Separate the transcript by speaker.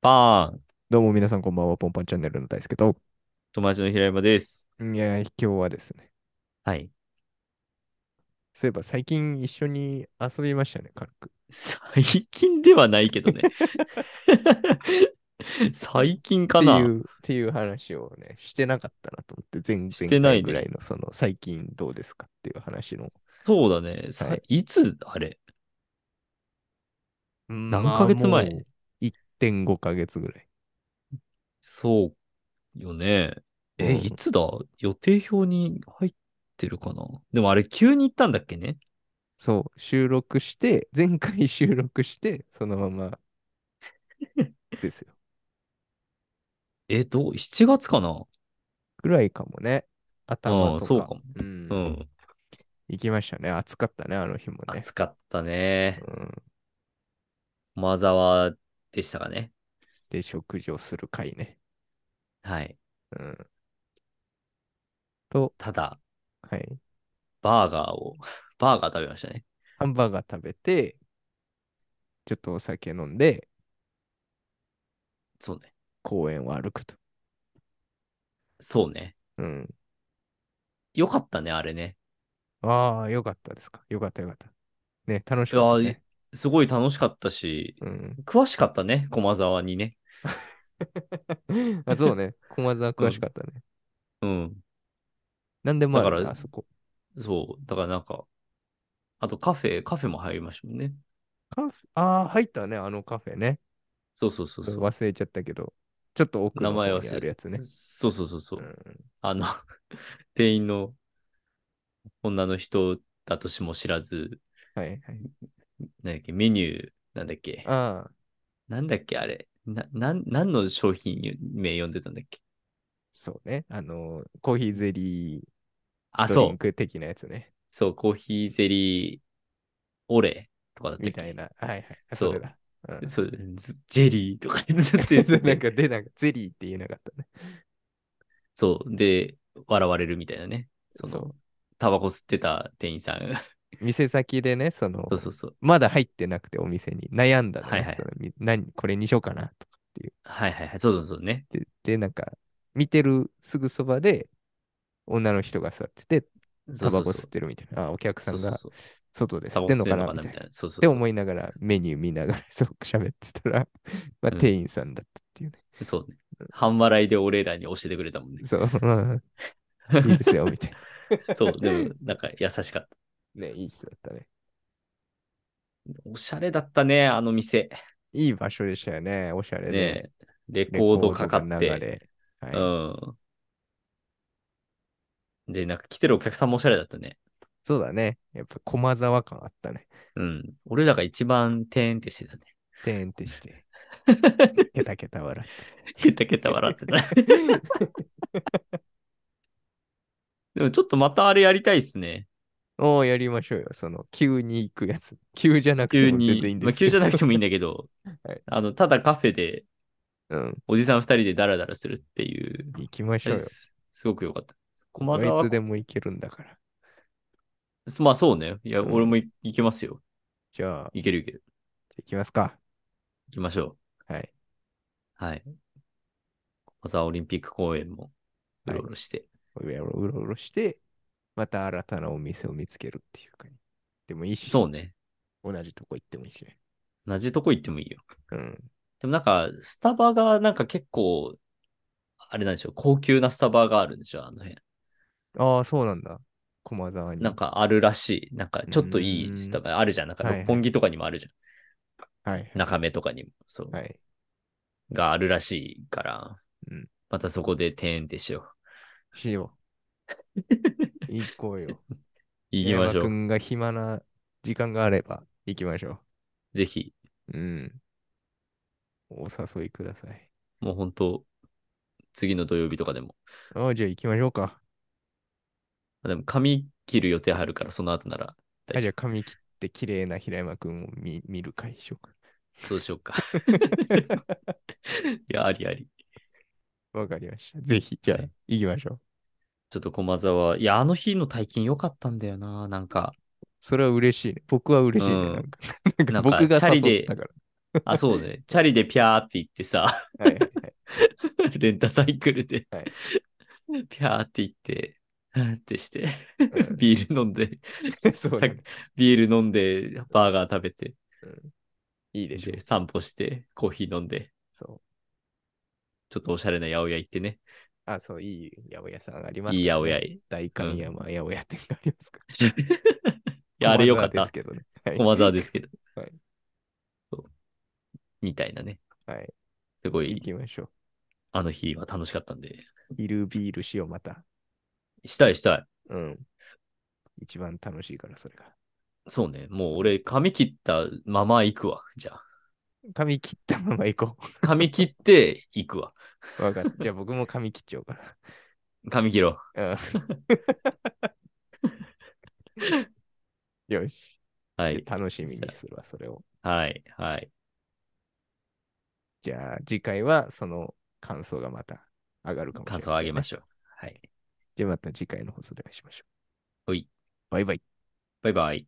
Speaker 1: パーン、
Speaker 2: どうも皆さんこんばんは、ポンパンチャンネルの大輔と。
Speaker 1: 友達の平山です。
Speaker 2: いやー、今日はですね。
Speaker 1: はい。
Speaker 2: そういえば最近一緒に遊びましたね、軽く。
Speaker 1: 最近ではないけどね。 最近か
Speaker 2: っ
Speaker 1: な
Speaker 2: ていう、っていう話をね、してなかったなと思って、前
Speaker 1: して
Speaker 2: 前
Speaker 1: ない
Speaker 2: 回
Speaker 1: ね
Speaker 2: ぐらいの、その最近どうですかっていう話の。
Speaker 1: そうだね。さ、
Speaker 2: はい
Speaker 1: つあれ
Speaker 2: 何
Speaker 1: 何ヶ月前
Speaker 2: ?1.5 ヶ月ぐらい。
Speaker 1: そうよね。
Speaker 2: う
Speaker 1: え、
Speaker 2: ん
Speaker 1: いつだ予定表に入ってるかなでもあれ急に行ったんだっけね
Speaker 2: そう、収録して、前回収録して、そのま まですよ。
Speaker 1: え、どう ?7 月かな
Speaker 2: ぐらいかもね。頭とか。
Speaker 1: ああそうかも
Speaker 2: うん
Speaker 1: うん。
Speaker 2: 行きましたね。暑かったね、あの日もね。
Speaker 1: 暑かったね。
Speaker 2: うん
Speaker 1: 駒沢でしたかね。
Speaker 2: で、食事をする会ね。
Speaker 1: はい。
Speaker 2: うん。と、
Speaker 1: ただ、
Speaker 2: はい。
Speaker 1: バーガーを、バーガー食べましたね。
Speaker 2: ハンバーガー食べて、ちょっとお酒飲んで、
Speaker 1: そうね。
Speaker 2: 公園を歩くと。
Speaker 1: そうね。
Speaker 2: うん。
Speaker 1: よかったね、あれね。
Speaker 2: ああ、よかったですか。よかったよかった。ね、楽しかった、
Speaker 1: いや
Speaker 2: ね。
Speaker 1: すごい楽しかったし、
Speaker 2: うん。
Speaker 1: 詳しかったね、駒沢にね。
Speaker 2: あ、そう ね。駒沢詳しかったね。
Speaker 1: うん。
Speaker 2: なんでもあ
Speaker 1: だ
Speaker 2: る
Speaker 1: か
Speaker 2: な、
Speaker 1: ら
Speaker 2: あそこ。
Speaker 1: そう。だからなんか、あとカフェ、カフェも入りましたもんね。
Speaker 2: カフェ、ああ、入ったね、あのカフェね。
Speaker 1: そうそうそうそう。
Speaker 2: 忘れちゃったけど、ちょっと奥の
Speaker 1: 名前
Speaker 2: 方
Speaker 1: 忘
Speaker 2: に
Speaker 1: れ
Speaker 2: あるやつね。
Speaker 1: そうそうそうそうう。
Speaker 2: ん
Speaker 1: あの、 店員の女の人だとしも知らず、
Speaker 2: はいはい。
Speaker 1: なんだっけ、メニュー、なんだっけ、
Speaker 2: ああ、
Speaker 1: なんだっけ、あれ。な、なん、何の商品名呼んでたんだっけ。
Speaker 2: そうね。あの、コーヒーゼリー
Speaker 1: あ、
Speaker 2: ドリ
Speaker 1: そ
Speaker 2: ン
Speaker 1: う。
Speaker 2: ク的なやつね。
Speaker 1: そう、コーヒーゼリー、オレとかだったっ
Speaker 2: み
Speaker 1: け
Speaker 2: たいな。はいはい。あ
Speaker 1: そ
Speaker 2: そ
Speaker 1: う
Speaker 2: れだ。うん
Speaker 1: そう、ずジェリーとかずっと言って
Speaker 2: な
Speaker 1: て
Speaker 2: んか出なかゼリーって言えなかったね。
Speaker 1: そう、で、笑われるみたいなね。そ
Speaker 2: そ
Speaker 1: の
Speaker 2: う、
Speaker 1: タバコ吸ってた店員さん。
Speaker 2: 店先でね、その、
Speaker 1: そうそうそう。
Speaker 2: まだ入ってなくてお店に悩んだのね、
Speaker 1: はいはい
Speaker 2: そのみ何これにしようかなとかっていう
Speaker 1: はいはいはい。そうそうそうね。
Speaker 2: で。で、なんか、見てるすぐそばで、女の人が座ってて、タ
Speaker 1: そうそ
Speaker 2: バ
Speaker 1: うそ
Speaker 2: コ
Speaker 1: う
Speaker 2: 吸ってるみたいな。あ、お客さ
Speaker 1: そうんそう
Speaker 2: が
Speaker 1: そう。
Speaker 2: 外で
Speaker 1: タ
Speaker 2: 吸っ
Speaker 1: バコ
Speaker 2: てん
Speaker 1: 吸っ
Speaker 2: の
Speaker 1: て
Speaker 2: か
Speaker 1: んの
Speaker 2: なみたい
Speaker 1: かなみ
Speaker 2: な。
Speaker 1: たいな。そうそう
Speaker 2: って
Speaker 1: そ
Speaker 2: 思いながらメニュー見ながらそう喋ってた ら、まあ、
Speaker 1: うん
Speaker 2: 店員さんだったって いうね。
Speaker 1: う。そうね。半笑いで俺らに教えてくれたもんね。
Speaker 2: そう、うん いいですよ、みたい
Speaker 1: そう、でも、なんか優しかった。
Speaker 2: な。ね、いい人だったね。
Speaker 1: おしゃれだったね、あの店。
Speaker 2: いい場所でしたよね、おしゃれで。
Speaker 1: ねレ
Speaker 2: レ
Speaker 1: コードかかっ
Speaker 2: コードが流
Speaker 1: て。
Speaker 2: れはい
Speaker 1: うん。で、なんか来てるお客さんもおしゃれだったね。
Speaker 2: そうだね。やっぱ駒沢感あったね。
Speaker 1: うん。俺らが一番てーんってしてたね。
Speaker 2: てんって して、ケタケタ笑
Speaker 1: ケタケタ笑ってた。
Speaker 2: って。
Speaker 1: でもちょっとまたあれやりたいっすね。
Speaker 2: おお、やりましょうよ。その、急に行くやつ。急じゃなく
Speaker 1: 急
Speaker 2: ても全然いい
Speaker 1: に
Speaker 2: ん、で
Speaker 1: ますあ、急じゃなくてもいいん
Speaker 2: だ。
Speaker 1: だけど、
Speaker 2: はい
Speaker 1: あの、ただカフェで
Speaker 2: うん。
Speaker 1: おじさん二人でダラダラするっていう。
Speaker 2: 行きましょうよ。
Speaker 1: すすごく良かった。駒
Speaker 2: い
Speaker 1: 沢
Speaker 2: つ、でも行けるんだから。
Speaker 1: まあそうね。いや、
Speaker 2: うん
Speaker 1: 俺もい行けますよ。
Speaker 2: じゃあ、
Speaker 1: 行ける行ける。
Speaker 2: 行きますか。
Speaker 1: 行きましょ
Speaker 2: はい。
Speaker 1: う。はい。駒沢オリンピック公園もうろうろして。
Speaker 2: うろうろうろして、また新たなお店を見つけるっていうか、ね、でもいいし、
Speaker 1: そうね。
Speaker 2: 同じとこ行ってもいいしね。
Speaker 1: 同じとこ行ってもいいよ。
Speaker 2: うん。
Speaker 1: でもなんか、スタバがなんか結構、あれなんでしょう、高級なスタバがあるんでしょ、あの辺。
Speaker 2: ああ、そうなんだ。駒沢に。
Speaker 1: なんかあるらしい。なんかちょっといいスタバあるじゃん。なんか
Speaker 2: はいはい
Speaker 1: 六本木とかにもあるじゃん。
Speaker 2: はい。
Speaker 1: 中目とかにも。そう。
Speaker 2: はい。
Speaker 1: があるらしいから。
Speaker 2: うん
Speaker 1: またそこで転園でしよ
Speaker 2: しよ う。行こうよ。
Speaker 1: う。行きましょ
Speaker 2: く
Speaker 1: う。
Speaker 2: んが暇な時間があれば行きましょ
Speaker 1: ぜひ。
Speaker 2: う。うん。お誘いください。
Speaker 1: もう本当次の土曜日とかでも。
Speaker 2: ああ、じゃあ行きましょうか。
Speaker 1: でも髪切る予定あるから、その後なら
Speaker 2: あ
Speaker 1: 大
Speaker 2: じゃ
Speaker 1: 丈
Speaker 2: あ髪切って綺麗な平山くんを見見る会しようか。
Speaker 1: 夫。そうしようか。 いや、ありあり。
Speaker 2: わかりました。ぜひ、じゃあ
Speaker 1: はい
Speaker 2: 行きましょう。
Speaker 1: ちょっと駒沢。いや、あの日の体験良かったんだよな。なんか。
Speaker 2: それは嬉しいね。僕は嬉しいね。
Speaker 1: うん
Speaker 2: なんか、なんか
Speaker 1: なんか
Speaker 2: 僕が
Speaker 1: チャリで
Speaker 2: 誘ったから。
Speaker 1: あ、そうね。チャリでピャーって行ってさ、
Speaker 2: はいはいはい。
Speaker 1: レンタサイクルで、
Speaker 2: はい
Speaker 1: ピャーって行って、はーってして、
Speaker 2: うん
Speaker 1: ビール飲んで、
Speaker 2: そう
Speaker 1: さ
Speaker 2: ね
Speaker 1: ビール飲んで、バーガー食べて、
Speaker 2: いいでしょう
Speaker 1: で。散歩して、コーヒー飲んで、
Speaker 2: そう。
Speaker 1: ちょっとおしゃれな八百屋行ってね。
Speaker 2: あ、そう、いい八百屋さんあります、
Speaker 1: いい八百 屋。い
Speaker 2: 代官山八百屋店がありますから。
Speaker 1: や、あれよかっ
Speaker 2: 駒沢です。
Speaker 1: た
Speaker 2: けどね。はい
Speaker 1: 駒沢ですけど。
Speaker 2: はい
Speaker 1: そう。みたいなね。
Speaker 2: はい。
Speaker 1: すご
Speaker 2: 行
Speaker 1: い、
Speaker 2: きましょ
Speaker 1: あの日は楽しかったんで。
Speaker 2: う。昼ビールしよう、また。
Speaker 1: したいしたい。
Speaker 2: うん。一番楽しいから、それが。
Speaker 1: そうね。もう俺、髪切ったまま行くわ。じゃあ。
Speaker 2: 髪切ったまま行こ
Speaker 1: 髪切って行くわ。
Speaker 2: う。 わかった。じゃあ僕も髪切っちゃおうか
Speaker 1: 髪切ろう。
Speaker 2: ら。うん。よし。
Speaker 1: はい。
Speaker 2: 楽しみにするわ、それを。
Speaker 1: はい。はい。
Speaker 2: じゃあ次回はその感想がまた上がるかもしれない、
Speaker 1: 感想をあげま
Speaker 2: ょう。
Speaker 1: しょう。はい。
Speaker 2: じゃあまた次回の放送でお会いしましょう。
Speaker 1: ほい。
Speaker 2: バイバイ。
Speaker 1: バイバイ。